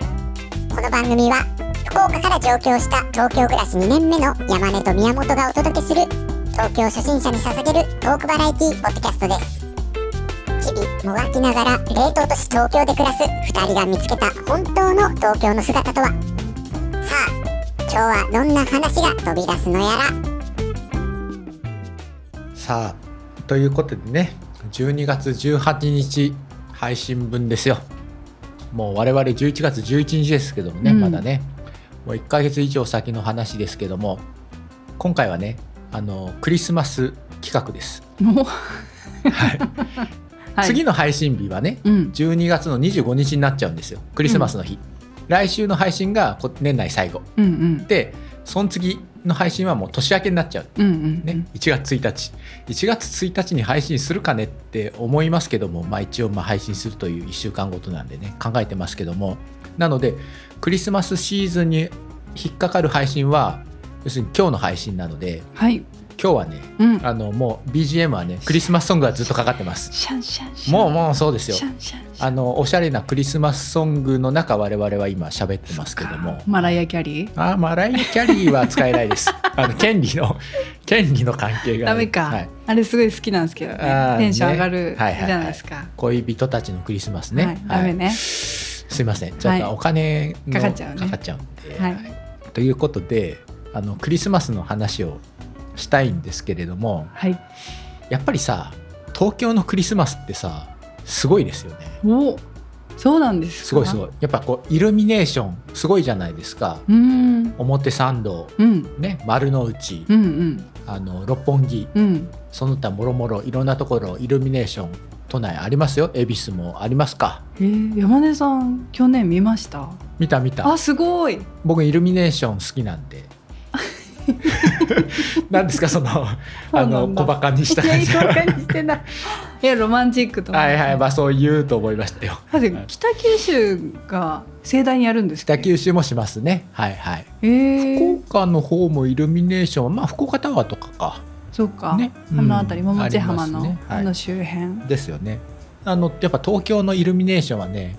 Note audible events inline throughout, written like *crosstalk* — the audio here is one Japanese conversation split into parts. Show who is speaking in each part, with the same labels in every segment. Speaker 1: この番組は福岡から上京した東京暮らし2年目の山根と宮本がお届けする東京初心者に捧げるトークバラエティポッドキャストです日々もがきながら冷凍都市東京で暮らす2人が見つけた本当の東京の姿とはさあ今日はどんな話が飛び出すのやら
Speaker 2: さあということでね12月18日配信分ですよもう我々11月11日ですけどもね、
Speaker 3: うん
Speaker 2: まだねもう1ヶ月以上先の話ですけども今回はねあのクリスマス企画です、
Speaker 3: もう、
Speaker 2: はい
Speaker 3: はい、
Speaker 2: 次の配信日はね
Speaker 3: うん
Speaker 2: 12月の25日になっちゃうんですよクリスマスの日、来週の配信がこ年内最後
Speaker 3: うんうん
Speaker 2: でその次の配信はもう年明けになっちゃう
Speaker 3: うんうん
Speaker 2: ね、1月1日1月1日に配信するかねって思いますけども、まあ、一応まあ配信するという1週間ごとなんでね考えてますけどもなのでクリスマスシーズンに引っかかる配信は要するに今日の配信なので
Speaker 3: はい
Speaker 2: 今日はね
Speaker 3: うん
Speaker 2: あのもう BGM はねクリスマスソングがずっとかかってます
Speaker 3: シャンシャンシャン
Speaker 2: もうもうそうですよ
Speaker 3: シャンシャンシャン
Speaker 2: あのおしゃれなクリスマスソングの中我々は今喋ってますけども
Speaker 3: マライア・キャリー
Speaker 2: あーマライア・キャリーは使えないですあの権利の権利の関係がね、
Speaker 3: ダメか、
Speaker 2: はい
Speaker 3: あれすごい好きなんですけどね
Speaker 2: あー
Speaker 3: テンション上が
Speaker 2: ね
Speaker 3: るじ
Speaker 2: はいはいはい
Speaker 3: ゃないですか、
Speaker 2: 恋人たちのクリスマス
Speaker 3: はい
Speaker 2: ね、
Speaker 3: ダメね、
Speaker 2: すいませんちょっ
Speaker 3: は
Speaker 2: と
Speaker 3: い
Speaker 2: お金の
Speaker 3: かかっちゃうね
Speaker 2: かかっちゃうんで、
Speaker 3: はい
Speaker 2: ということであのクリスマスの話をしたいんですけれども
Speaker 3: はい
Speaker 2: やっぱりさ東京のクリスマスってさすごいですよね
Speaker 3: おそうなんですか
Speaker 2: すごいすごいやっぱこうイルミネーションすごいじゃないですか
Speaker 3: うーん
Speaker 2: 表参道
Speaker 3: うん
Speaker 2: ね丸の内、
Speaker 3: うんうん
Speaker 2: あの六本木
Speaker 3: うん
Speaker 2: その他もろもろいろんなところイルミネーション都内ありますよ恵比寿もありますか
Speaker 3: えー、山根さん去年見ました
Speaker 2: 見た見た
Speaker 3: あすごい
Speaker 2: 僕イルミネーション好きなんで *laughs* なんですかそのあの小バカにした
Speaker 3: いや
Speaker 2: 感
Speaker 3: いい
Speaker 2: じ
Speaker 3: 顔
Speaker 2: は
Speaker 3: にし
Speaker 2: *laughs*
Speaker 3: てないいやロマンチックと思う
Speaker 2: いはいまあそう言うと思いましたよ
Speaker 3: だって北九州が盛大にやるんですか
Speaker 2: 北九州もしますねはいはい、
Speaker 3: え
Speaker 2: 福
Speaker 3: ー、
Speaker 2: 岡の方もイルミネーションはまあ福岡タワーとかか
Speaker 3: そうか、
Speaker 2: ね
Speaker 3: あの辺り
Speaker 2: うん
Speaker 3: 桃地浜の
Speaker 2: あ
Speaker 3: あ,、
Speaker 2: りますねはい
Speaker 3: の周辺
Speaker 2: ですよねあのやっぱ東京のイルミネーションはね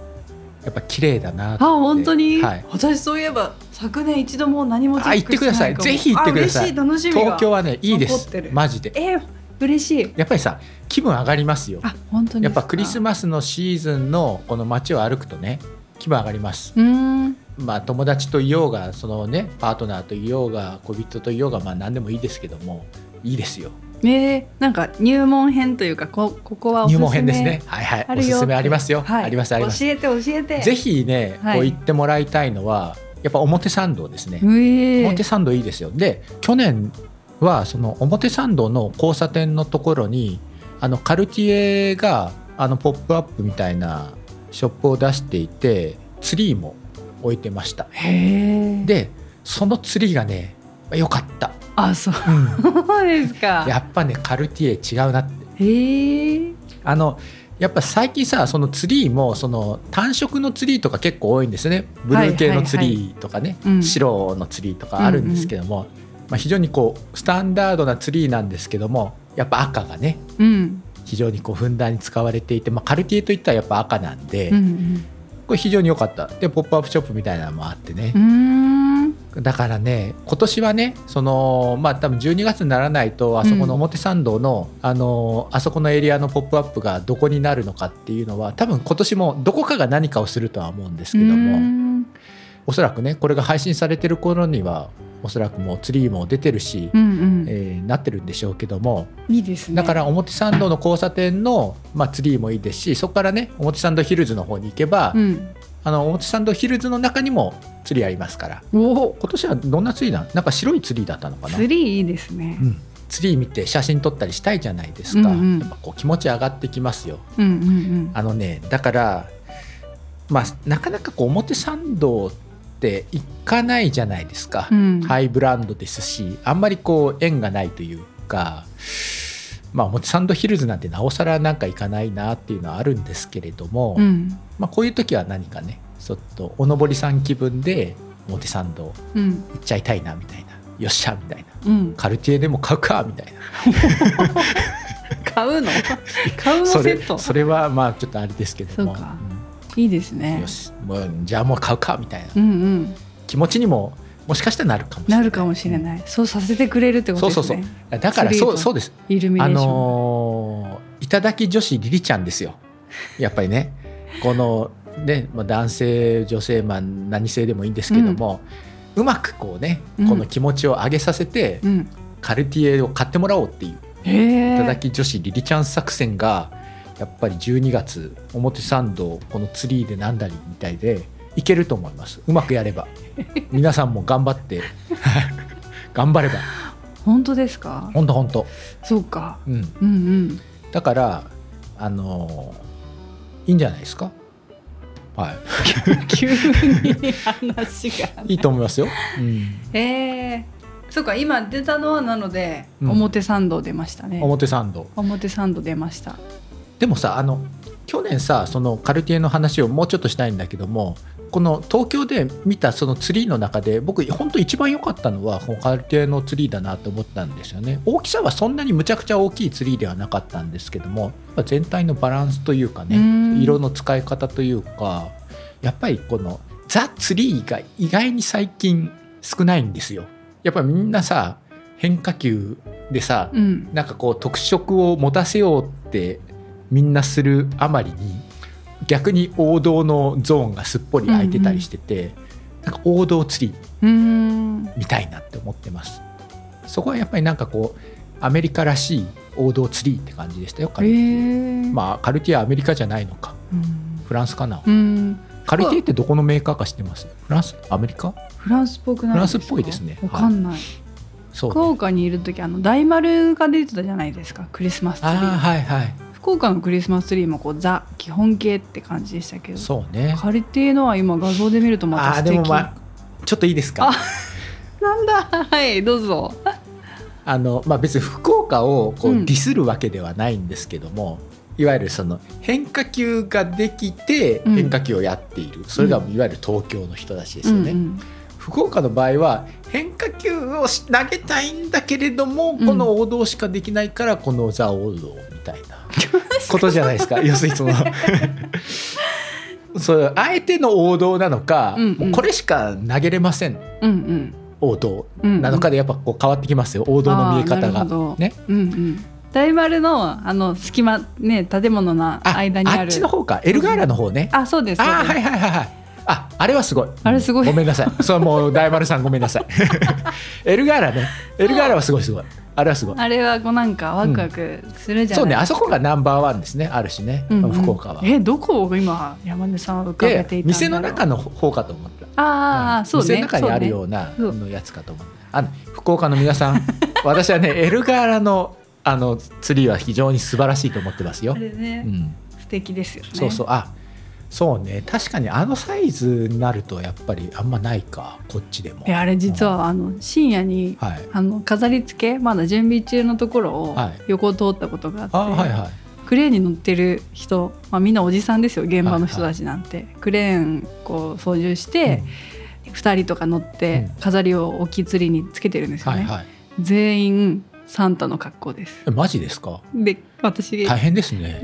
Speaker 2: やっぱ綺麗だな
Speaker 3: あ本当に、
Speaker 2: はい
Speaker 3: 私そういえば昨年一度も何もチェック
Speaker 2: あ行ってください
Speaker 3: してな
Speaker 2: ぜひ行ってください
Speaker 3: かもあ嬉しい楽しみが
Speaker 2: 東京はねいいで
Speaker 3: 残
Speaker 2: す
Speaker 3: ってる
Speaker 2: マジで
Speaker 3: えー、嬉しい
Speaker 2: やっぱりさ気分上がりますよ
Speaker 3: あ本当に
Speaker 2: やっぱクリス
Speaker 3: マ
Speaker 2: マスのシーズンのこの街を歩くとね気分上がります
Speaker 3: スうーん
Speaker 2: まあ、友達といようがその、ね、パートナーといようが恋人といようが、まあ、何でもいいですけどもいいですよ
Speaker 3: えー、なんか入門編というかこここはおすす
Speaker 2: 入
Speaker 3: め
Speaker 2: 門編ですねはいはい
Speaker 3: あ
Speaker 2: お
Speaker 3: るよ
Speaker 2: すすめありますよ、
Speaker 3: はい、
Speaker 2: ありますあります
Speaker 3: 教えて教えて
Speaker 2: ぜひね、
Speaker 3: はい
Speaker 2: こう行ってもらいたいのはやっぱ表参道ですね、
Speaker 3: うえ
Speaker 2: 表
Speaker 3: ー、
Speaker 2: 参道いいですよで去年はその表参道の交差点のところにあのカルティエがあのポップアップみたいなショップを出していてツリーも置いてました
Speaker 3: へえ
Speaker 2: でそのツリーがね良かった
Speaker 3: あ *laughs* そうですか
Speaker 2: やっぱねカルティエ違うなって
Speaker 3: へえ
Speaker 2: あのやっぱ最近さそのツリーもその単色のツリーとか結構多いんですよねブルー系のツリーとかね、
Speaker 3: はいはいうん
Speaker 2: 白のツリーとかあるんですけども、まあ、非常にこうスタンダードなツリーなんですけどもやっぱ赤がね
Speaker 3: うん
Speaker 2: 非常にこうふんだんに使われていて、まあ、カルティエといったらやっぱ赤なんで、
Speaker 3: うんうん
Speaker 2: これ非常に良かったでポップアップショップみたいなのもあってね
Speaker 3: うー、ん
Speaker 2: だからね今年はねそのまあ多分12月にならないとあそこの表参道の、あのあそこのエリアのポップアップがどこになるのかっていうのは多分今年もどこかが何かをするとは思うんですけど
Speaker 3: うー
Speaker 2: も
Speaker 3: ん
Speaker 2: おそらくねこれが配信されてる頃にはおそらくもうツリーも出てるし、
Speaker 3: うんうん
Speaker 2: えーなってるんでしょうけども
Speaker 3: いいですね
Speaker 2: だから表参道の交差点の、まあ、ツリーもいいですしそこからね表参道ヒルズの方に行けば、
Speaker 3: うん
Speaker 2: あの表参道ヒルズの中にもツリーありますから。
Speaker 3: おお
Speaker 2: 今年はどんなツリーなのなんか白いツリーだったのかな
Speaker 3: ツリーいいですね
Speaker 2: うんツリー見て写真撮ったりしたいじゃないですか、
Speaker 3: うんうん
Speaker 2: やっぱこう気持ち上がってきますよ
Speaker 3: うんうんうん
Speaker 2: あのねだからまあなかなかこう表参道って行かないじゃないですか、
Speaker 3: うん
Speaker 2: ハイブランドですしあんまりこう縁がないというかまあ表参道ヒルズなんてなおさらなんか行かないなっていうのはあるんですけれども、
Speaker 3: うん
Speaker 2: まあこういう時は何かねちょっとおのぼりさん気分で表参道
Speaker 3: うん
Speaker 2: 行っちゃいたいなみたいなよっしゃみたいな
Speaker 3: うん
Speaker 2: カルティエでも買うかみたいな
Speaker 3: 買うの買うの
Speaker 2: そ
Speaker 3: セ
Speaker 2: れ
Speaker 3: ッ
Speaker 2: *laughs*
Speaker 3: ト
Speaker 2: それはまあちょっとあれですけども
Speaker 3: そうか
Speaker 2: うん
Speaker 3: いいですね
Speaker 2: よ。しもうじゃあもう買うかみたいな
Speaker 3: うんうん。
Speaker 2: 気持ちにももしかしたらなるかもしれない
Speaker 3: なるかもしれ
Speaker 2: い、
Speaker 3: ない。そうさせてくれるってことですね。
Speaker 2: そうそうだから
Speaker 3: スリー
Speaker 2: そ
Speaker 3: と
Speaker 2: うそうです
Speaker 3: イルミネ
Speaker 2: あ
Speaker 3: ーション。
Speaker 2: のー、いただき女子リリちゃんですよやっぱりねこのね、まあ、男性女性、まあ、何性でもいいんですけども、うまくこうね
Speaker 3: うん
Speaker 2: この気持ちを上げさせて、
Speaker 3: うん。
Speaker 2: カルティエを買ってもらおうっていう
Speaker 3: へえ。
Speaker 2: いただき女子リリちゃん作戦がやっぱり12月表参道このツリーでなんだりみたいでいけると思いますうまくやれば皆さんも頑張って頑張れば
Speaker 3: 本当ですか。
Speaker 2: ほんとほんと、
Speaker 3: そうか。
Speaker 2: うん、
Speaker 3: うんうん。
Speaker 2: だからあのいいんじゃないですかは *laughs*
Speaker 3: 急に話が。
Speaker 2: いいいと思いますよ、うん、
Speaker 3: *laughs* ええそうか。今出たのはなので、
Speaker 2: うん
Speaker 3: 表参道出ましたね。
Speaker 2: 表参道
Speaker 3: 表参道出ました。
Speaker 2: でもさあの去年さそのカルティエの話をもうちょっとしたいんだけどもこの東京で見たそのツリーの中で僕本当一番良かったのはこのカルティエのツリーだなと思ったんですよね大きさはそんなにむちゃくちゃ大きいツリーではなかったんですけどもやっぱ全体のバランスというか
Speaker 3: う
Speaker 2: ね
Speaker 3: ん
Speaker 2: 色の使い方というかやっぱりこのザ・ツリーが意外に最近少ないんですよやっぱりみんなさ変化球でさ、
Speaker 3: うん。
Speaker 2: なんかこう特色を持たせようってみんなするあまりに逆に王道のゾーンがすっぽり空いてたりしてて、なんか王道釣り
Speaker 3: うーん。
Speaker 2: みたいなって思ってますそこはやっぱりなんかこうアメリカらしい王道釣りって感じでしたよカ
Speaker 3: ええ
Speaker 2: ルティエ、
Speaker 3: あ。
Speaker 2: まあカルティエはアメリカじゃないのか
Speaker 3: うん。
Speaker 2: フランスかな、
Speaker 3: うん
Speaker 2: カルティエってどこのメーカーか知ってますフランスアメリカ
Speaker 3: フランスっぽくないですか
Speaker 2: フランスっぽいですね
Speaker 3: わかんない。
Speaker 2: そう、
Speaker 3: 福岡にいる時あの大丸が出てたじゃないですかクリスマスツリ
Speaker 2: ああ
Speaker 3: ー
Speaker 2: はいはい
Speaker 3: 福岡のクリスマスツリーもこうザ基本形って感じでしたけど
Speaker 2: そうね
Speaker 3: 借りてえのは今画像で見るとまた
Speaker 2: ああ
Speaker 3: 素
Speaker 2: で
Speaker 3: 敵
Speaker 2: もまあちょっといいですか
Speaker 3: あなんだはいどうぞ
Speaker 2: あのまあ、別に福岡をこ
Speaker 3: う
Speaker 2: うんディスるわけではないんですけども、いわゆるその変化球ができて
Speaker 3: うん
Speaker 2: 変化球をやっている、それがいわゆる東京の人たちですよね。
Speaker 3: うんうん
Speaker 2: 福岡の場合は変化球をし投げたいんだけれども
Speaker 3: うん
Speaker 2: この王道しかできないからこのザ王道みた
Speaker 3: *laughs*
Speaker 2: いなことじゃないですか要するにその
Speaker 3: *laughs*
Speaker 2: それあえての王道なのか、
Speaker 3: うんうん
Speaker 2: もうこれしか投げれません
Speaker 3: うん
Speaker 2: 王道
Speaker 3: うんうん
Speaker 2: なのかでやっぱこう変わってきますよ王道の見え
Speaker 3: あ
Speaker 2: 方
Speaker 3: ーな
Speaker 2: が
Speaker 3: るほど。
Speaker 2: ね
Speaker 3: うんうん大丸のあの隙間ね建物の間にある
Speaker 2: あっちの方かエルガーラの方ね、
Speaker 3: あそうです
Speaker 2: ああー
Speaker 3: そう
Speaker 2: はい
Speaker 3: です
Speaker 2: はいはいはいああれはすごい
Speaker 3: あれすごい
Speaker 2: うんごめんなさいそれはもう大丸さんごめんな
Speaker 3: *laughs*
Speaker 2: さいエルガーラねエルガーラはすごいすごいあれはすごい
Speaker 3: あれはこうなんかワクワクするじゃない
Speaker 2: そうねあそこがナンバーワンですねあるしね、
Speaker 3: うんうん
Speaker 2: 福岡は
Speaker 3: えどこを今山根さんは浮かべて
Speaker 2: で
Speaker 3: いたんだろう
Speaker 2: 店の中の方かと思った
Speaker 3: ああ、
Speaker 2: うん
Speaker 3: そうね
Speaker 2: 店の中にあるような
Speaker 3: そうね
Speaker 2: のやつかと思ったあの福岡の皆さ
Speaker 3: *laughs*
Speaker 2: ん私はねエルガーラのあのツリーは非常に素晴らしいと思ってますよ
Speaker 3: そう、ねあれね
Speaker 2: う、ん
Speaker 3: 素敵ですよね
Speaker 2: そうそうあそうね確かにあのサイズになるとやっぱりあんまないかこっちでも
Speaker 3: であれ実はあの深夜に
Speaker 2: はい
Speaker 3: あの飾り付けまだ準備中のところを
Speaker 2: はい
Speaker 3: 横を通ったことがあって、
Speaker 2: あはいはい
Speaker 3: クレーンに乗ってる人、まあ、みんなおじさんですよ現場の人たちなんて、クレーンこう操縦して、2人とか乗って
Speaker 2: うん
Speaker 3: 飾りを大きい釣りにつけてるんです
Speaker 2: うん
Speaker 3: よ
Speaker 2: は
Speaker 3: ね、
Speaker 2: いはい
Speaker 3: 全員サンタの格好です
Speaker 2: えマジですか
Speaker 3: で私、
Speaker 2: 大変です
Speaker 3: *laughs*
Speaker 2: ね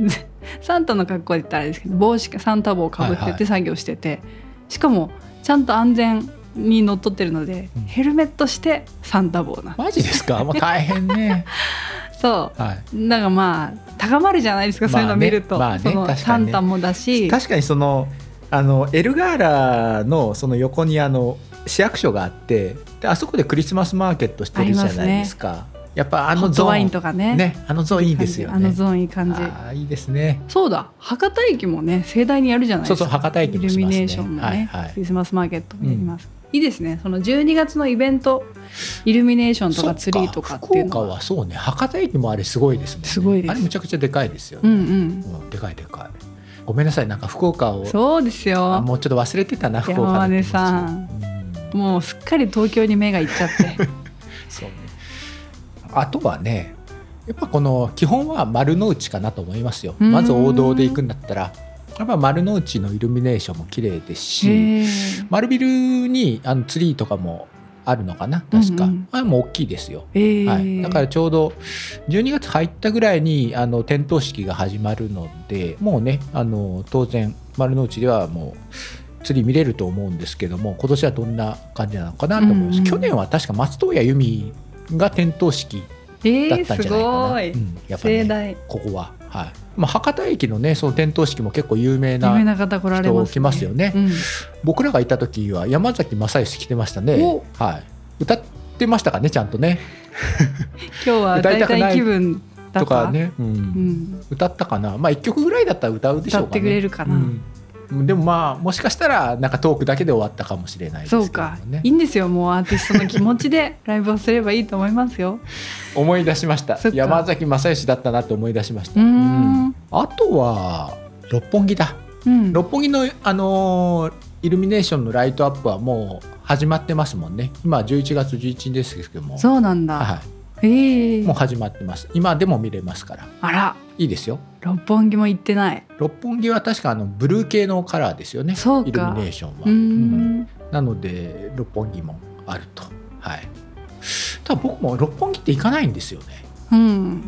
Speaker 3: サンタの格好で言ったらあれですけど帽子かサンタ帽をかぶってて作業してて、しかもちゃんと安全にのっとってるので、
Speaker 2: うん
Speaker 3: ヘルメットしてサンタ帽な
Speaker 2: マジですかまあ大変
Speaker 3: *laughs*
Speaker 2: ね
Speaker 3: そ
Speaker 2: は
Speaker 3: うだからまあ高まるじゃないですか、そういうの見ると、
Speaker 2: まあねまあね
Speaker 3: その
Speaker 2: 確
Speaker 3: サ
Speaker 2: かにね
Speaker 3: ンタもだし
Speaker 2: い確かにそのあのエルガーラのその横にあの市役所があってであそこでクリスマスマーケットしてるじゃないですかやっぱあ
Speaker 3: ホ
Speaker 2: の
Speaker 3: ッ
Speaker 2: ゾ
Speaker 3: ト
Speaker 2: ーン
Speaker 3: ワインとかね
Speaker 2: ねあのゾーンいいですよね
Speaker 3: あのゾーンいい感じ
Speaker 2: あーいいですね
Speaker 3: そうだ博多駅もね盛大にやるじゃない
Speaker 2: そ
Speaker 3: で
Speaker 2: う
Speaker 3: すか
Speaker 2: そう博多駅
Speaker 3: イ
Speaker 2: も
Speaker 3: ル
Speaker 2: し
Speaker 3: ミ
Speaker 2: ますね
Speaker 3: ネーションもね、
Speaker 2: はいはい
Speaker 3: クリスマスマーケットもやります、いいですねその12月のイベントイルミネーションと
Speaker 2: そ
Speaker 3: か
Speaker 2: っ
Speaker 3: ツリーとかっていうの
Speaker 2: 福岡はそうね博多駅もあれすごいですもんね
Speaker 3: すごいです
Speaker 2: あれむちゃくちゃでかいですよ
Speaker 3: う
Speaker 2: ね、
Speaker 3: んうん
Speaker 2: うんでかいでかいごめんなさいなんか福岡を
Speaker 3: そうです
Speaker 2: あ
Speaker 3: よ
Speaker 2: もうちょっと忘れてたな福岡の気持ち
Speaker 3: 山根さん
Speaker 2: うん
Speaker 3: もうすっかり東京に目がいっちゃって
Speaker 2: *laughs* そうねあとはねやっぱこの基本は丸の内かなと思いますよ
Speaker 3: うん
Speaker 2: まず王道で行くんだったらやっぱ丸の内のイルミネーションも綺麗ですし
Speaker 3: へえ
Speaker 2: 丸ビルにあのツリーとかもあるのかな確か、
Speaker 3: うんうん
Speaker 2: あれも大きいですよ、
Speaker 3: えー
Speaker 2: はい、だからちょうど12月入ったぐらいにあの点灯式が始まるのでもうねあの当然丸の内ではもう釣り見れると思うんですけども今年はどんな感じなのかなと思います、
Speaker 3: うんうん
Speaker 2: 去年は確か松任谷由実が点灯式
Speaker 3: え
Speaker 2: だっ
Speaker 3: ー
Speaker 2: たんじ
Speaker 3: す
Speaker 2: ゃないかな、
Speaker 3: ごい、
Speaker 2: うんやっぱね
Speaker 3: 盛大
Speaker 2: ここは、はいまあ、博多駅のねその点灯式も結構有名
Speaker 3: 有名
Speaker 2: な
Speaker 3: な方来られま
Speaker 2: 人
Speaker 3: す、
Speaker 2: 来ますよね
Speaker 3: うん
Speaker 2: 僕らがいた時は山崎正義来てましたね
Speaker 3: お、
Speaker 2: はい、歌ってましたかねちゃんとね
Speaker 3: 今日は
Speaker 2: 歌い
Speaker 3: 大
Speaker 2: たくない
Speaker 3: 体気分だ
Speaker 2: と
Speaker 3: った
Speaker 2: か、ね、うん
Speaker 3: うん、
Speaker 2: 歌ったかなまあ1曲ぐらいだったら歌うでしょ
Speaker 3: 歌
Speaker 2: うか、ね、
Speaker 3: ってくれるかな、
Speaker 2: うんでもまあもしかしたらなんかトークだけで終わったかもしれないですけ
Speaker 3: そ
Speaker 2: ど、ね、
Speaker 3: うか、いいんですよもうアーティストの気持ちでライブをすればいいと思いますよ
Speaker 2: 思い出しました
Speaker 3: そっか
Speaker 2: 山崎正義だったなって思い出しまし
Speaker 3: う
Speaker 2: た、
Speaker 3: ーん
Speaker 2: あとは六本木だ
Speaker 3: うん
Speaker 2: 六本木の、あのーイルミネーションのライトアップはもう始まってますもんね今11月11日ですけども
Speaker 3: そうなんだ、
Speaker 2: は
Speaker 3: ええ
Speaker 2: い、もう始まってます今でも見れますから
Speaker 3: あら
Speaker 2: いいですよ
Speaker 3: 六本木も行ってない
Speaker 2: 六本木は確かあのブルー系のカラーですよね
Speaker 3: そうか
Speaker 2: イルミネーションは、
Speaker 3: うー
Speaker 2: うん
Speaker 3: ん
Speaker 2: なので六本木もあるとはいただ僕も六本木って行かないんですよね
Speaker 3: うん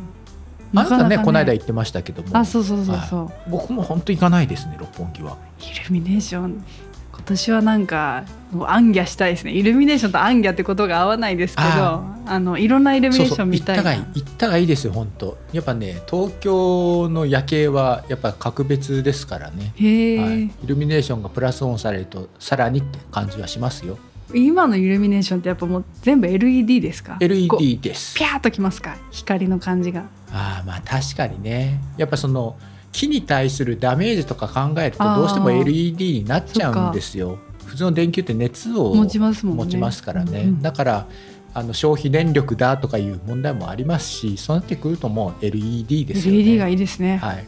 Speaker 2: あなたね
Speaker 3: かか
Speaker 2: この間行ってましたけども
Speaker 3: あそうそうそうそう、
Speaker 2: 僕も本当行かないですね六本木は
Speaker 3: イルミネーション今年はなんかもうアンギャしたいですねイルミネーションとアンギャってことが合わないですけど
Speaker 2: あ
Speaker 3: あのいろんなイルミ
Speaker 2: そう
Speaker 3: ネーシ
Speaker 2: そ
Speaker 3: ョ
Speaker 2: う
Speaker 3: ン見
Speaker 2: 行ったた
Speaker 3: い
Speaker 2: が
Speaker 3: ない
Speaker 2: い行ったがいいですよ本当やっぱね東京の夜景はやっぱ格別ですからね、
Speaker 3: へえ、
Speaker 2: はい、イルミネーションがプラスオンされるとさらにって感じはしますよ
Speaker 3: 今のイルミネーションってやっぱもう全部 LED ですかこう
Speaker 2: LED です
Speaker 3: ピャーっときますか光の感じが
Speaker 2: あーまあ確かにねやっぱその木に対するダメージとか考えると
Speaker 3: あー
Speaker 2: どうしても LED になっちゃ
Speaker 3: そっ
Speaker 2: うん
Speaker 3: か
Speaker 2: ですよ普通の電球って熱を
Speaker 3: 持ちますもんね
Speaker 2: 持ちますからね、
Speaker 3: うん
Speaker 2: だからあの消費電力だとかいう問題もありますしそうなってくるともう LED ですよね
Speaker 3: LED がいいですね、
Speaker 2: はい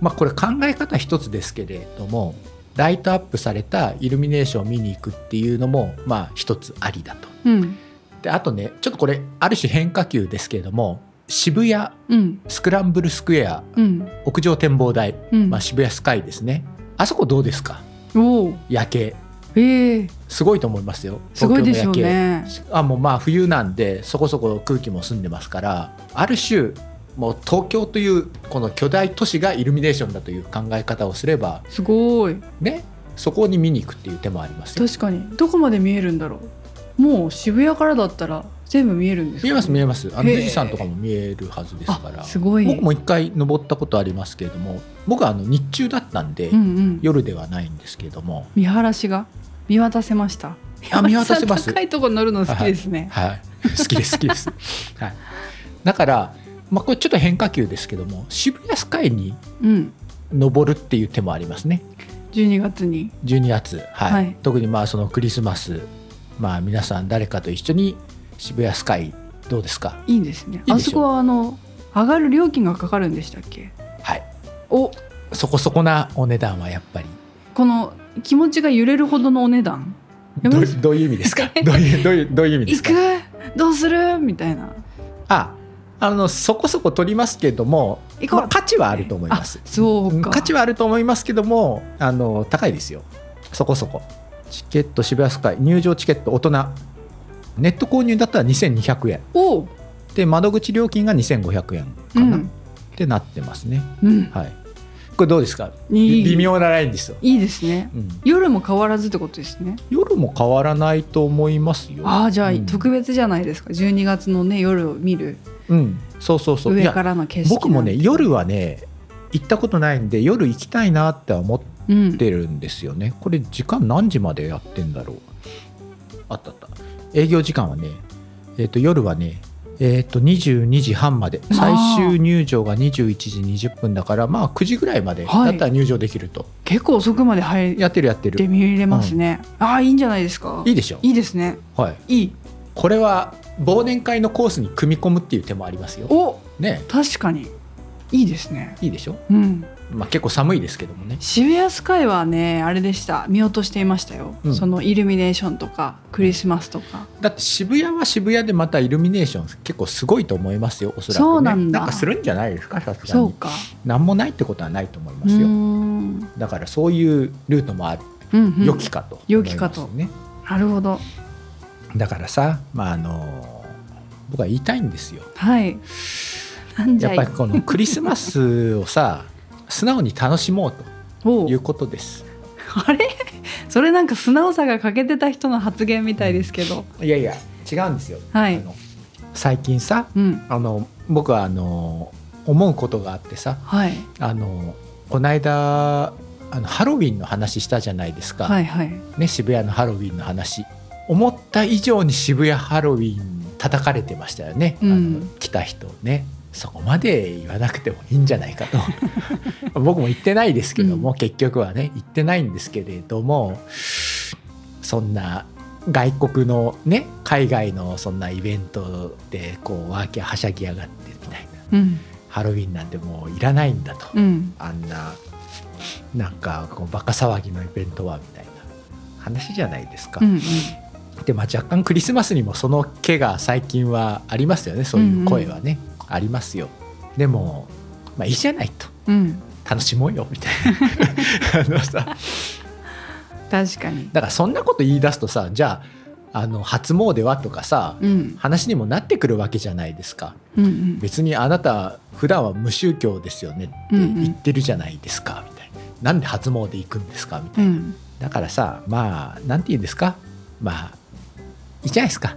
Speaker 2: まあ、これ考え方一つですけれどもライトアップされたイルミネーションを見に行くっていうのもまあ一つありだと
Speaker 3: うん
Speaker 2: であとねちょっとこれある種変化球ですけれども渋谷
Speaker 3: うん
Speaker 2: スクランブルスクエア
Speaker 3: うん
Speaker 2: 屋上展望台、
Speaker 3: うん、
Speaker 2: まあ、渋谷スカイですねあそこどうですか
Speaker 3: おお
Speaker 2: 夜景
Speaker 3: ええ
Speaker 2: すごいと思いますよ
Speaker 3: すごいでしょう
Speaker 2: 東京の夜
Speaker 3: ね
Speaker 2: 景あもうまあ冬なんでそこそこ空気も澄んでますからある種もう東京というこの巨大都市がイルミネーションだという考え方をすれば
Speaker 3: すごい
Speaker 2: ねそこに見に行くっていう手もありますよ
Speaker 3: 確かにどこまで見えるんだろうもう渋谷からだったら全部見えるんですか
Speaker 2: 見えます見えますあの
Speaker 3: へえ
Speaker 2: 富士山とかも見えるはずですから
Speaker 3: あすごい
Speaker 2: 僕も一回登ったことありますけれども僕はあの日中だったんで、
Speaker 3: うんうん、
Speaker 2: 夜ではないんですけれども
Speaker 3: 見晴らしが見渡せました
Speaker 2: あ見渡せます
Speaker 3: *laughs* 高いとこ乗るの好きですね、
Speaker 2: はい、好きです好き
Speaker 3: *laughs*
Speaker 2: です、はい、だから、まあ、これちょっと変化球ですけども渋谷スカイに
Speaker 3: うん
Speaker 2: 登るっていう手もありますね
Speaker 3: 12月に
Speaker 2: 12月、はい
Speaker 3: はい
Speaker 2: 特にまあそのクリスマス、まあ、皆さん誰かと一緒に渋谷スカイどうですか
Speaker 3: いいんですね
Speaker 2: いい
Speaker 3: あ
Speaker 2: でしょ
Speaker 3: そこはあの上がる料金がかかるんでしたっけ
Speaker 2: はい
Speaker 3: お
Speaker 2: そこそこなお値段はやっぱり
Speaker 3: この気持ちが揺れるほどのお値段や
Speaker 2: ど
Speaker 3: ば
Speaker 2: う
Speaker 3: い
Speaker 2: どういう意味ですかどういうどういうどういう意味で
Speaker 3: 行
Speaker 2: すか
Speaker 3: くどうするみたいな
Speaker 2: ああのそこそこ取りますけれども、
Speaker 3: 行こう
Speaker 2: まあ、価値はあると思います
Speaker 3: あそうか
Speaker 2: 価値はあると思いますけどもあの高いですよそこそこチケット渋谷スカイ入場チケット大人ネット購入だったら2200円
Speaker 3: おう
Speaker 2: で窓口料金が2500円か
Speaker 3: う
Speaker 2: な、っ
Speaker 3: ん
Speaker 2: てなってますね
Speaker 3: うん
Speaker 2: はいこれどうですか
Speaker 3: いい
Speaker 2: 微妙なラインですよ、
Speaker 3: いいですね
Speaker 2: うん、
Speaker 3: 夜も変わらずってことですね
Speaker 2: 夜も変わらないと思いますよ
Speaker 3: ああじゃあ
Speaker 2: うん
Speaker 3: 特別じゃないですか、12月のね夜を見る
Speaker 2: うんそうそうそうい
Speaker 3: 上
Speaker 2: や
Speaker 3: からの景色
Speaker 2: 僕もね
Speaker 3: なんて
Speaker 2: 夜はね行ったことないんで夜行きたいなって思っ
Speaker 3: うん
Speaker 2: てるんですよねこれ時間何時までやってんだろうあったあった営業時間はねえっ、と夜はねえっ、と22時半まで
Speaker 3: あ
Speaker 2: 最
Speaker 3: ー
Speaker 2: 終入場が21時20分だからまあ9時ぐらいまで
Speaker 3: はい
Speaker 2: だったら入場できると、
Speaker 3: 結構遅くまで入
Speaker 2: やってるやって
Speaker 3: って
Speaker 2: る
Speaker 3: 見れますね、ああいいんじゃないですか
Speaker 2: いいでしょ
Speaker 3: いいですね
Speaker 2: はい
Speaker 3: いい
Speaker 2: これは忘年会のコースに組み込むっていう手もありますよ
Speaker 3: お
Speaker 2: ね
Speaker 3: 確かにいいですね
Speaker 2: いいでしょ
Speaker 3: うん
Speaker 2: まあ結構寒いですけどもね
Speaker 3: 渋谷スカイはねあれでした見落としていましたよ、
Speaker 2: うん
Speaker 3: そのイルミネーションとかクリスマスとか、
Speaker 2: だって渋谷は渋谷でまたイルミネーション結構すごいと思いますよおそらく、ね、
Speaker 3: そうなんだ
Speaker 2: かするんじゃないですかさすが
Speaker 3: そう
Speaker 2: に
Speaker 3: か
Speaker 2: 何もないってことはないと思いうま
Speaker 3: ー
Speaker 2: すよ
Speaker 3: ん
Speaker 2: だからそういうルートもある、
Speaker 3: うんうん
Speaker 2: 良きかと思いますね
Speaker 3: 良きかとなるほど
Speaker 2: だからさ、まあ、あの僕は言いたいんですよ
Speaker 3: はいなんじ
Speaker 2: や
Speaker 3: ゃ
Speaker 2: っ
Speaker 3: い
Speaker 2: ぱりこのクリスマスを
Speaker 3: *laughs*
Speaker 2: さ素直に楽しもう
Speaker 3: お
Speaker 2: と
Speaker 3: う
Speaker 2: いうことです
Speaker 3: あれ *laughs* それなんか素直さが欠けてた人の発言みたいですけど
Speaker 2: いやいや違うんですよ、
Speaker 3: はい
Speaker 2: あの最近さ
Speaker 3: うん
Speaker 2: あの僕はあの思うことがあってさ
Speaker 3: はい
Speaker 2: あのこの間あのハロウィンの話したじゃないですか、
Speaker 3: はいはい
Speaker 2: ね、渋谷のハロウィンの話思った以上に渋谷ハロウィン叩かれてましたよね、
Speaker 3: うん
Speaker 2: あの来た人をねそこまで言わなくてもいいんじゃないかと *laughs* 僕も言ってないですけども、
Speaker 3: うん
Speaker 2: 結局はね言ってないんですけれどもそんな外国のね海外のそんなイベントでこうワーキャーはしゃぎやがってみたいな
Speaker 3: うん
Speaker 2: ハロウィンなんてもういらないんだと、
Speaker 3: うん
Speaker 2: あんななんかこうバカ騒ぎのイベントはみたいな話じゃないですか、
Speaker 3: うんうん
Speaker 2: でまあ若干クリスマスにもその気が最近はありますよねそういう声はね、ありますよでもまあいいじゃないと
Speaker 3: うん
Speaker 2: 楽しもうよみたいなあのさ
Speaker 3: 確かに
Speaker 2: だからそんなこと言い出すとさじゃああの初詣はとかさ、
Speaker 3: うん
Speaker 2: 話にもなってくるわけじゃないですか
Speaker 3: うんうん
Speaker 2: 別にあなた普段は無宗教ですよねって言ってるじゃないですか、みたいななんで初詣行くんですかみたいな
Speaker 3: うん
Speaker 2: だからさまあなんて言うんですかまあいいじゃないですかあ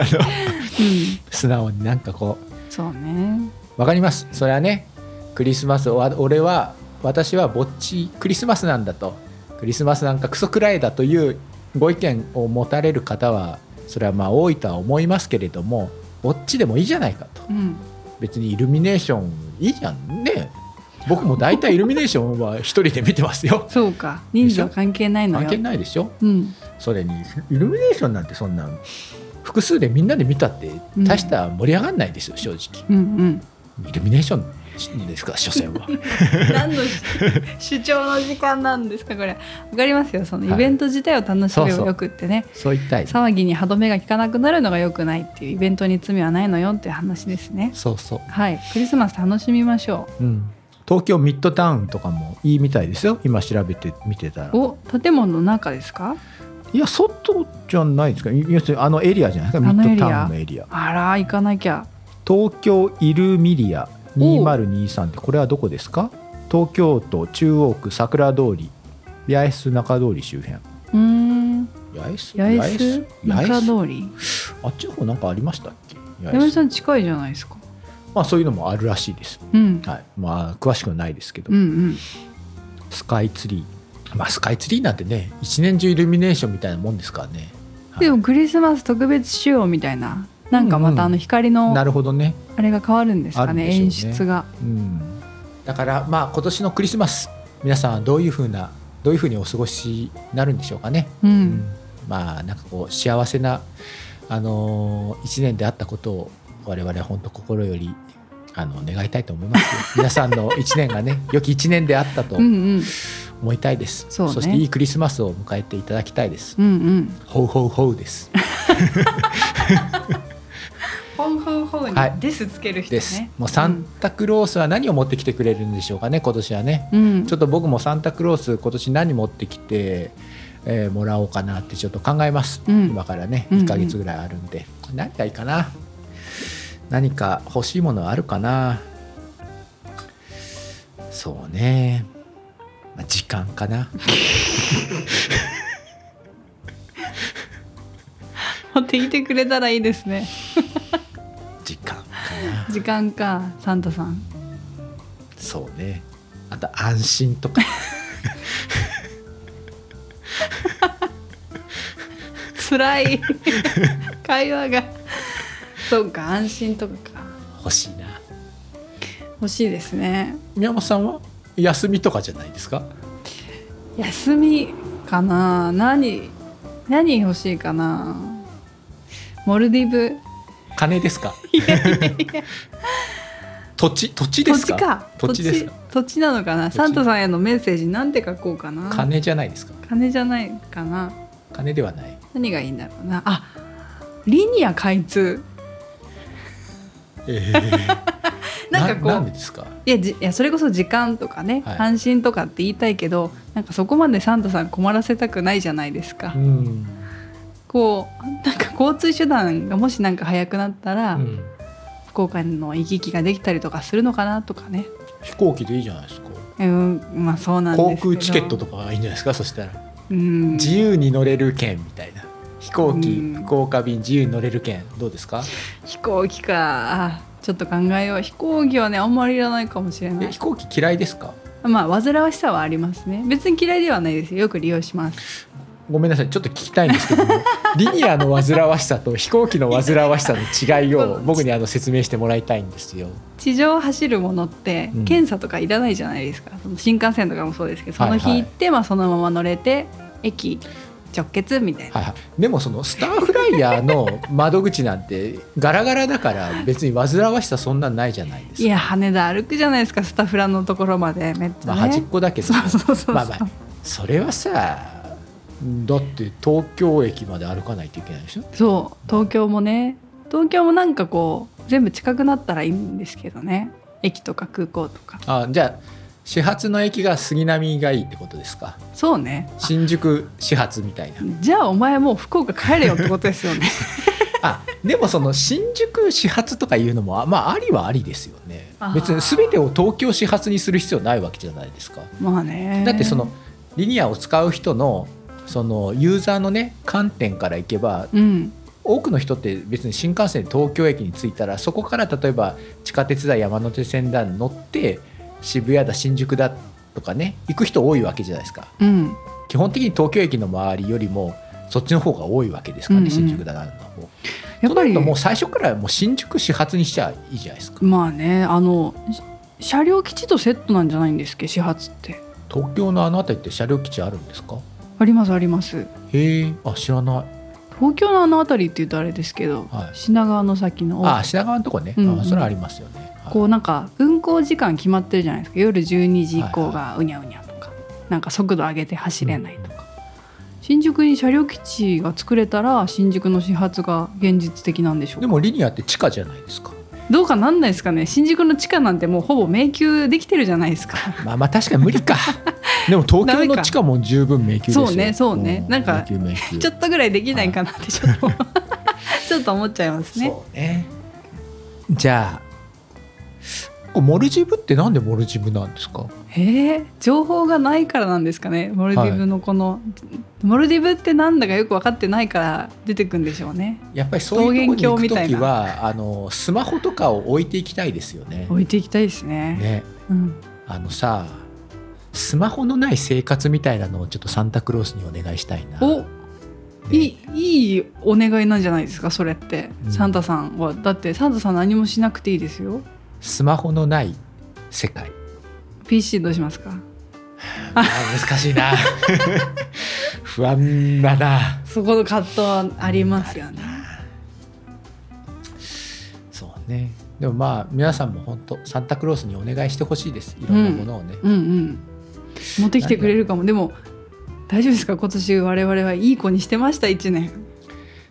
Speaker 2: の
Speaker 3: うん
Speaker 2: 素直になんかこ
Speaker 3: そうね
Speaker 2: うわかりますそれはねクリスマスわ俺は私はぼっちクリスマスなんだとクリスマスなんかクソくらいだというご意見を持たれる方はそれはまあ多いとは思いますけれどもぼっちでもいいじゃないかと
Speaker 3: うん
Speaker 2: 別にイルミネーションいいじゃんね僕も大体イルミネーションは一人で見てますよ
Speaker 3: そうか人数は関係ないの
Speaker 2: 関
Speaker 3: よ
Speaker 2: 係ないでしょ
Speaker 3: うん
Speaker 2: それにイルミネーションなんてそんな複数でみんなで見たって
Speaker 3: うん
Speaker 2: 大した盛り上がんないですよ、正直
Speaker 3: うんうん
Speaker 2: イルミネーションです
Speaker 3: *laughs*
Speaker 2: から所詮は
Speaker 3: 何の主主張の時間なんですかこれわかりますよその
Speaker 2: はい
Speaker 3: イベント自体を楽し
Speaker 2: そう
Speaker 3: め
Speaker 2: そう
Speaker 3: ばよくってね、
Speaker 2: そう言いたい
Speaker 3: 騒ぎに歯止めが効かなくなるのがよくないっていうイベントに罪はないのよっていう話ですね
Speaker 2: そうそ
Speaker 3: はいクリスマス楽しみましょ
Speaker 2: う、うん、東京ミッドタウンとかもいいみたいですよ今調べてみてたら
Speaker 3: うお建物の中ですか
Speaker 2: いや外じゃないですか要するにあのエリアじゃないですか
Speaker 3: あ
Speaker 2: ミ
Speaker 3: のエリア
Speaker 2: ッドタウンのエリア
Speaker 3: あら行かなきゃ
Speaker 2: 東京イルミリア2023ってこれはどこですか東京都中央区桜通り八重洲中通り周辺
Speaker 3: うーん
Speaker 2: 八重洲
Speaker 3: 八重洲
Speaker 2: 八重
Speaker 3: 中
Speaker 2: 洲
Speaker 3: 通り
Speaker 2: あっちの方なんかありましたっけ八
Speaker 3: 八
Speaker 2: 重
Speaker 3: 重
Speaker 2: 洲
Speaker 3: さん近いじゃないですか
Speaker 2: まあそういうのもあるらしいです、
Speaker 3: うん
Speaker 2: はい、まあ詳しくはないですけど、
Speaker 3: うんうん
Speaker 2: スカイツリーまあスカイツリーなんてね一年中イルミネーションみたいなもんですからね、はい
Speaker 3: でもクリスマス特別仕様みたいななんかまたあの光の
Speaker 2: なるほどね、
Speaker 3: あれが変わるんですかね
Speaker 2: あるん
Speaker 3: 演
Speaker 2: でしょうね
Speaker 3: 出が
Speaker 2: うん、だからまあ今年のクリスマス皆さんはどういうふうなどういうふうにお過ごしになるんでしょうかね、
Speaker 3: う、
Speaker 2: うんまあなんかこう幸せなあのー一年であったことを我々は本当心よりあの願いたいと思いますよ皆さんの一年がね良き一年であったと
Speaker 3: うん、うん
Speaker 2: 思いたいです
Speaker 3: そうね
Speaker 2: していいクリスマスを迎えていただきたいです、
Speaker 3: うんうん
Speaker 2: ほうほうほうです
Speaker 3: ほうほうほうに
Speaker 2: はい
Speaker 3: *laughs* ですつける人
Speaker 2: ですもうサンタクロースは何を持ってきてくれるんでしょうかね今年はね
Speaker 3: うん
Speaker 2: ちょっと僕もサンタクロース今年何持ってきて、えーもらおうかなってちょっと考えます、
Speaker 3: うん
Speaker 2: 今からね
Speaker 3: うんうん
Speaker 2: 1ヶ月ぐらいあるんで、何がいいかな何か欲しいものはあるかなそうね、まあ、時間かな
Speaker 3: 持ってきてくれたらいいですね
Speaker 2: 時間かな
Speaker 3: 時間かサンタさん
Speaker 2: そうねあと安心とか
Speaker 3: 辛
Speaker 2: *laughs*
Speaker 3: い会話がそうか安心とかか
Speaker 2: 欲しいな
Speaker 3: 欲しいですね
Speaker 2: 宮本さんは休みとかじゃないですか
Speaker 3: 休みかな何何欲しいかなモルディブ
Speaker 2: 金ですか
Speaker 3: *laughs* いやいやいや
Speaker 2: 土地土地で
Speaker 3: 土
Speaker 2: す
Speaker 3: 地
Speaker 2: か
Speaker 3: か
Speaker 2: 土地ですか
Speaker 3: 土地なのかな
Speaker 2: 地
Speaker 3: サンタさんへのメッセージなんて書こうかな
Speaker 2: 金じゃないですか
Speaker 3: 金じゃないかな
Speaker 2: 金ではない
Speaker 3: 何がいいんだろうなあリニア開通
Speaker 2: ええ
Speaker 3: *laughs* なんかこ
Speaker 2: な
Speaker 3: うん
Speaker 2: でですか
Speaker 3: いやじいやそれこそ時間とかね、
Speaker 2: はい
Speaker 3: 安心とかって言いたいけどなんかそこまでサンタさん困らせたくないじゃないですか、
Speaker 2: うん
Speaker 3: こうなんか交通手段がもしなんか早くなったら、
Speaker 2: うん
Speaker 3: 福岡の行き来ができたりとかするのかなとかね、
Speaker 2: 飛行機でいいじゃないですか
Speaker 3: うん、まあそうなんで
Speaker 2: 航
Speaker 3: すけど
Speaker 2: 空チケットとかがいいんじゃないですかそしたら
Speaker 3: うん
Speaker 2: 自由に乗れる券みたいな飛行機
Speaker 3: うん
Speaker 2: 福岡便自由に乗れる券どうですか
Speaker 3: 飛行機かあちょっと考えよう飛行機はねあんまりいらないかもしれな
Speaker 2: え
Speaker 3: い
Speaker 2: 飛行機嫌いですか
Speaker 3: まあ煩わしさはありますね別に嫌いではないですよよく利用します
Speaker 2: ごめんなさいちょっと聞きたいんですけ
Speaker 3: *laughs*
Speaker 2: どもリニアの煩わしさと飛行機の煩わしさの違いを僕にあの説明してもらいたいんですよ。
Speaker 3: 地上を走るものって
Speaker 2: うん
Speaker 3: 検査とかいらないじゃないですか、その新幹線とかもそうですけどその日
Speaker 2: はいはい
Speaker 3: 行って、まあ、そのまま乗れて駅直結みたいな、
Speaker 2: はいはい、でもそのスターフライヤーの窓口なんてガラガラだから別に煩わしさそんなんないじゃないです
Speaker 3: い、
Speaker 2: か。
Speaker 3: や羽田歩くじゃないですかスタフラのところまでめっち
Speaker 2: ま
Speaker 3: ゃ
Speaker 2: あ、
Speaker 3: ね、
Speaker 2: 端っこだけど、
Speaker 3: そうそうそうそう、
Speaker 2: まあまあそれはさだって東京駅まで歩かないといけないでしょ
Speaker 3: そう東京もね東京もなんかこう全部近くなったらいいんですけどね駅とか空港とか
Speaker 2: あじゃあ始発の駅が杉並がいいってことですか
Speaker 3: そうね
Speaker 2: 新宿始発みたいな
Speaker 3: じゃあお前もう福岡帰れよってことです
Speaker 2: *laughs*
Speaker 3: よね
Speaker 2: あでもその新宿始発とかいうのもあまあありはありですよね
Speaker 3: あー
Speaker 2: 別に全てを東京始発にする必要ないわけじゃないですか
Speaker 3: まあね
Speaker 2: だってそのリニアを使う人のそのユーザーのね観点からいけば
Speaker 3: うん
Speaker 2: 多くの人って別に新幹線で東京駅に着いたらそこから例えば地下鉄だ山手線だに乗って渋谷だ新宿だとかね行く人多いわけじゃないですか
Speaker 3: うん
Speaker 2: 基本的に東京駅の周りよりもそっちの方が多いわけですからね、
Speaker 3: うんう
Speaker 2: 新
Speaker 3: ん
Speaker 2: 宿だなんだ方
Speaker 3: や
Speaker 2: と
Speaker 3: っぱり
Speaker 2: なるともう最初からもう新宿始発にしちゃいいじゃないですか
Speaker 3: まあねあのし車両基地とセットなんじゃないんですっけ始発って
Speaker 2: 東京のあの辺りって車両基地あるんですか
Speaker 3: ありますあります
Speaker 2: へえあ知らない
Speaker 3: 東京のあの辺りって言うとあれですけど、
Speaker 2: はい
Speaker 3: 品川の先の
Speaker 2: あ品川のとこね、
Speaker 3: うんうん
Speaker 2: あそれはありますよね、はい
Speaker 3: こうなんか運行時間決まってるじゃないですか夜12時以降がうにゃうにゃとか、なんか速度上げて走れないとか、新宿に車両基地が作れたら新宿の始発が現実的なんでしょう
Speaker 2: で
Speaker 3: か
Speaker 2: もリニアって地下じゃないですか
Speaker 3: どうかなんないですかね新宿の地下なんてもうほぼ迷宮できてるじゃないですか
Speaker 2: まあまあ確かに無
Speaker 3: *laughs*
Speaker 2: 理かでも東京の地下も十分迷宮ですよ
Speaker 3: そうねそうねなんか
Speaker 2: 迷宮迷宮
Speaker 3: *laughs* ちょっとぐらいできないかなってちょっと
Speaker 2: *laughs*
Speaker 3: ちょっと思っちゃいますね
Speaker 2: そうねじゃあこうモルジブってなんでモルジブなんですか
Speaker 3: へえ情報がないからなんですかねモルディブのこの、モルディブってなんだかよく分かってないから出てくんでしょうね
Speaker 2: やっぱりそういうところに行く
Speaker 3: 桃源郷みたい
Speaker 2: 時は
Speaker 3: な
Speaker 2: あのスマホとかを置いていきたいですよね。
Speaker 3: 置いていきたいですね
Speaker 2: ね
Speaker 3: うん、
Speaker 2: あのさスマホのない生活みたいなのをちょっとサンタクロースにお願いしたいな。
Speaker 3: お
Speaker 2: ね
Speaker 3: いいいいお願いなんじゃないですかそれって、
Speaker 2: うん
Speaker 3: サンタさんはだってサンタさん何もしなくていいですよ
Speaker 2: スマホのない世界
Speaker 3: PC どうしますか
Speaker 2: あ難しい *laughs* な不安だな。
Speaker 3: そこの葛藤はありますよね
Speaker 2: そうねでもまあ皆さんも本当サンタクロースにお願いしてほしいですいろんなものをね。
Speaker 3: うんうん持ってきてくれるかもでも大丈夫ですか今年我々はいい子にしてました1年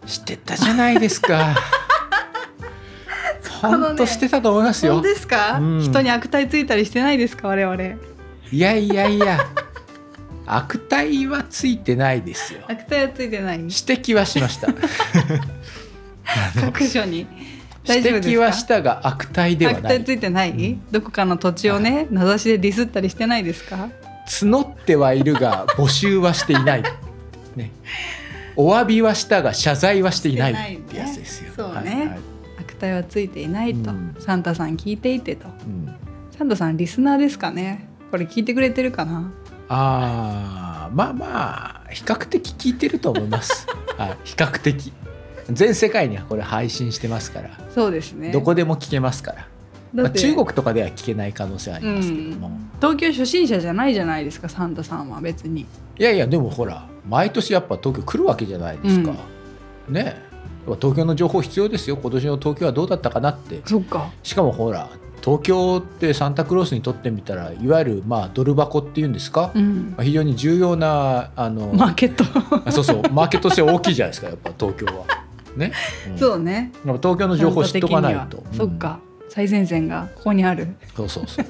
Speaker 2: してたじゃないです *laughs* か。
Speaker 3: このね
Speaker 2: 本当してたと思います
Speaker 3: そう
Speaker 2: よ。
Speaker 3: ですか、
Speaker 2: うん
Speaker 3: 人に悪態ついたりしてないですか我々
Speaker 2: いやいやいや、悪態はついてないです *laughs* よ。
Speaker 3: 悪態はついてない
Speaker 2: 指摘はしました。
Speaker 3: 各所に大
Speaker 2: 指
Speaker 3: 丈夫ですか
Speaker 2: 摘はしたが悪態では
Speaker 3: 悪
Speaker 2: な
Speaker 3: 態
Speaker 2: い。
Speaker 3: ついてない、どこかの土地をね名指しでディスったりしてないですか
Speaker 2: 募ってはいるが募集はしていない。ね。お詫びはしたが謝罪はしていな
Speaker 3: してない
Speaker 2: いっ
Speaker 3: ね
Speaker 2: てやつですよ。
Speaker 3: そうね
Speaker 2: はいはい
Speaker 3: 悪態はついていないと、
Speaker 2: うん
Speaker 3: サンタさん聞いていてと
Speaker 2: うん
Speaker 3: サンタさんリスナーですかねこれ聞いてくれてるかな
Speaker 2: ああまあまあ比較的聞いてると思い
Speaker 3: *laughs*
Speaker 2: ます、はい、比較的全世界にはこれ配信してますから、
Speaker 3: そうですね
Speaker 2: どこでも聞けますから、ま
Speaker 3: だ
Speaker 2: あ、
Speaker 3: って
Speaker 2: 中国とかでは聞けない可能性はありますけども、
Speaker 3: うん東京初心者じゃないじゃないですかサンタさんは別に
Speaker 2: いやいやでもほら毎年やっぱ東京来るわけじゃないですか、ねやっぱ東京の情報必要ですよ今年の東京はどうだったかなって
Speaker 3: そっか
Speaker 2: しかもほら東京ってサンタクロースにとってみたらいわゆるまあドル箱っていうんですか、
Speaker 3: うん
Speaker 2: まあ非常に重要なあの、
Speaker 3: マーケット
Speaker 2: あそうそう、マーケットとして大きいじゃないですか、やっぱ東京は。ね。うん
Speaker 3: そうね
Speaker 2: やっぱ東京の情報知っとかない
Speaker 3: サンタ
Speaker 2: と
Speaker 3: 的。にはそっか最前線がここにある
Speaker 2: うん。そうそうそう。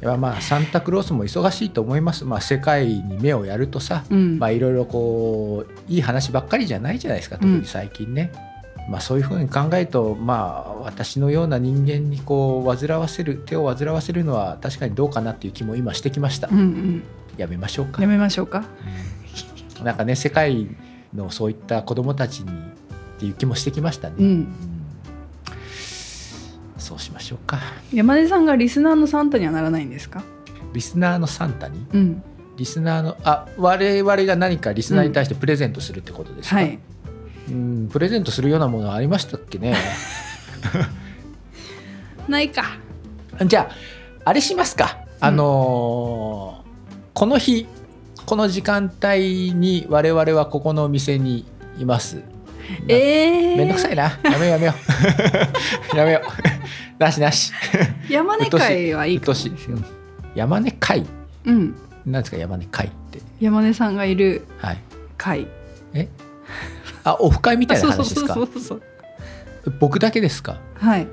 Speaker 2: やっぱまあサンタクロースも忙しいと思います、まあ、世界に目をやるとさ、
Speaker 3: うん
Speaker 2: まあ、いろいろこういい話ばっかりじゃないじゃないですか特に最近ね、まあ、そういうふうに考えると、まあ、私のような人間にこう煩わせる手を煩わせるのは確かにどうかなっていう気も今してきました、
Speaker 3: うんうん
Speaker 2: やめましょうか
Speaker 3: やめましょうか
Speaker 2: なんかね世界のそういった子どもたちにっていう気もしてきましたね、
Speaker 3: うん
Speaker 2: そうしましょうか
Speaker 3: 山根さんがリスナーのサンタにはならないんですか
Speaker 2: リスナーのサンタに
Speaker 3: うん
Speaker 2: リスナーのあ我々が何かリスナーに対してプレゼントするってことですか、
Speaker 3: はい
Speaker 2: うんプレゼントするようなものはありましたっけね
Speaker 3: ないか
Speaker 2: じゃああれしますかあのーこの日この時間帯に我々はここのお店にいます
Speaker 3: えー、
Speaker 2: めんどくさいなやめようやめよ
Speaker 3: *laughs*
Speaker 2: うやめようなしなし
Speaker 3: 山根会はいいかも
Speaker 2: うっとうしいうん山根会
Speaker 3: うん
Speaker 2: なんですか山根会って
Speaker 3: 山根さんがいる
Speaker 2: はい
Speaker 3: 会
Speaker 2: あオフ会みたいな
Speaker 3: あそう
Speaker 2: 話で
Speaker 3: そ
Speaker 2: す
Speaker 3: う
Speaker 2: か
Speaker 3: そうそうそう
Speaker 2: 僕だけですか
Speaker 3: はい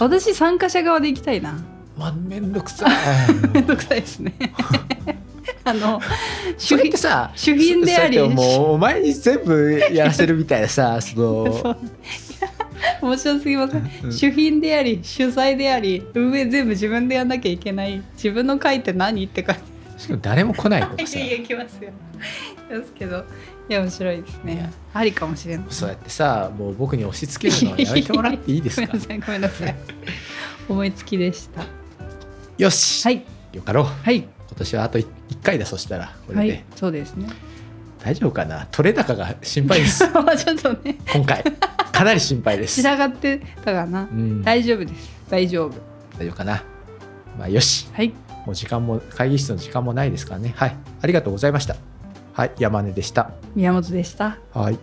Speaker 3: 私参加者側で行きたいな
Speaker 2: まあ、めんどくさい
Speaker 3: めんどくさいですね *laughs* あ *laughs* の
Speaker 2: そ
Speaker 3: 主
Speaker 2: れっ
Speaker 3: 品
Speaker 2: てさ
Speaker 3: 主品であり
Speaker 2: そうやってもうお前に全部やらせるみたいな
Speaker 3: *laughs*
Speaker 2: さそ
Speaker 3: そ
Speaker 2: の
Speaker 3: う面白すぎません、
Speaker 2: うん
Speaker 3: 主品であり主催であり運営全部自分でやんなきゃいけない自分の会って何って感
Speaker 2: しかも誰も来ないとか
Speaker 3: じ
Speaker 2: さ
Speaker 3: で行きますよですけどいや面白いです
Speaker 2: いや
Speaker 3: ねありかもしれない
Speaker 2: そうやってさもう僕に押し付けるのはやめてもらっていいです
Speaker 3: *laughs* ごめん
Speaker 2: か
Speaker 3: なさいごめんなさい思いつきでした
Speaker 2: よし、
Speaker 3: はい
Speaker 2: よかろう
Speaker 3: はい
Speaker 2: 今年はあと1回だそしたらこれ
Speaker 3: は
Speaker 2: で、
Speaker 3: いそうですね
Speaker 2: 大丈夫かな取れ高が心配で
Speaker 3: *laughs*
Speaker 2: す
Speaker 3: まあちょっとね
Speaker 2: 今回かなり心配です
Speaker 3: 散らがってたかな
Speaker 2: うん、大
Speaker 3: 大丈夫です大丈夫
Speaker 2: 丈夫かなまあよし
Speaker 3: はい
Speaker 2: もう時間も会議室の時間もないですからねはいありがとうございましたはい山根でした
Speaker 3: 宮本でした
Speaker 2: はい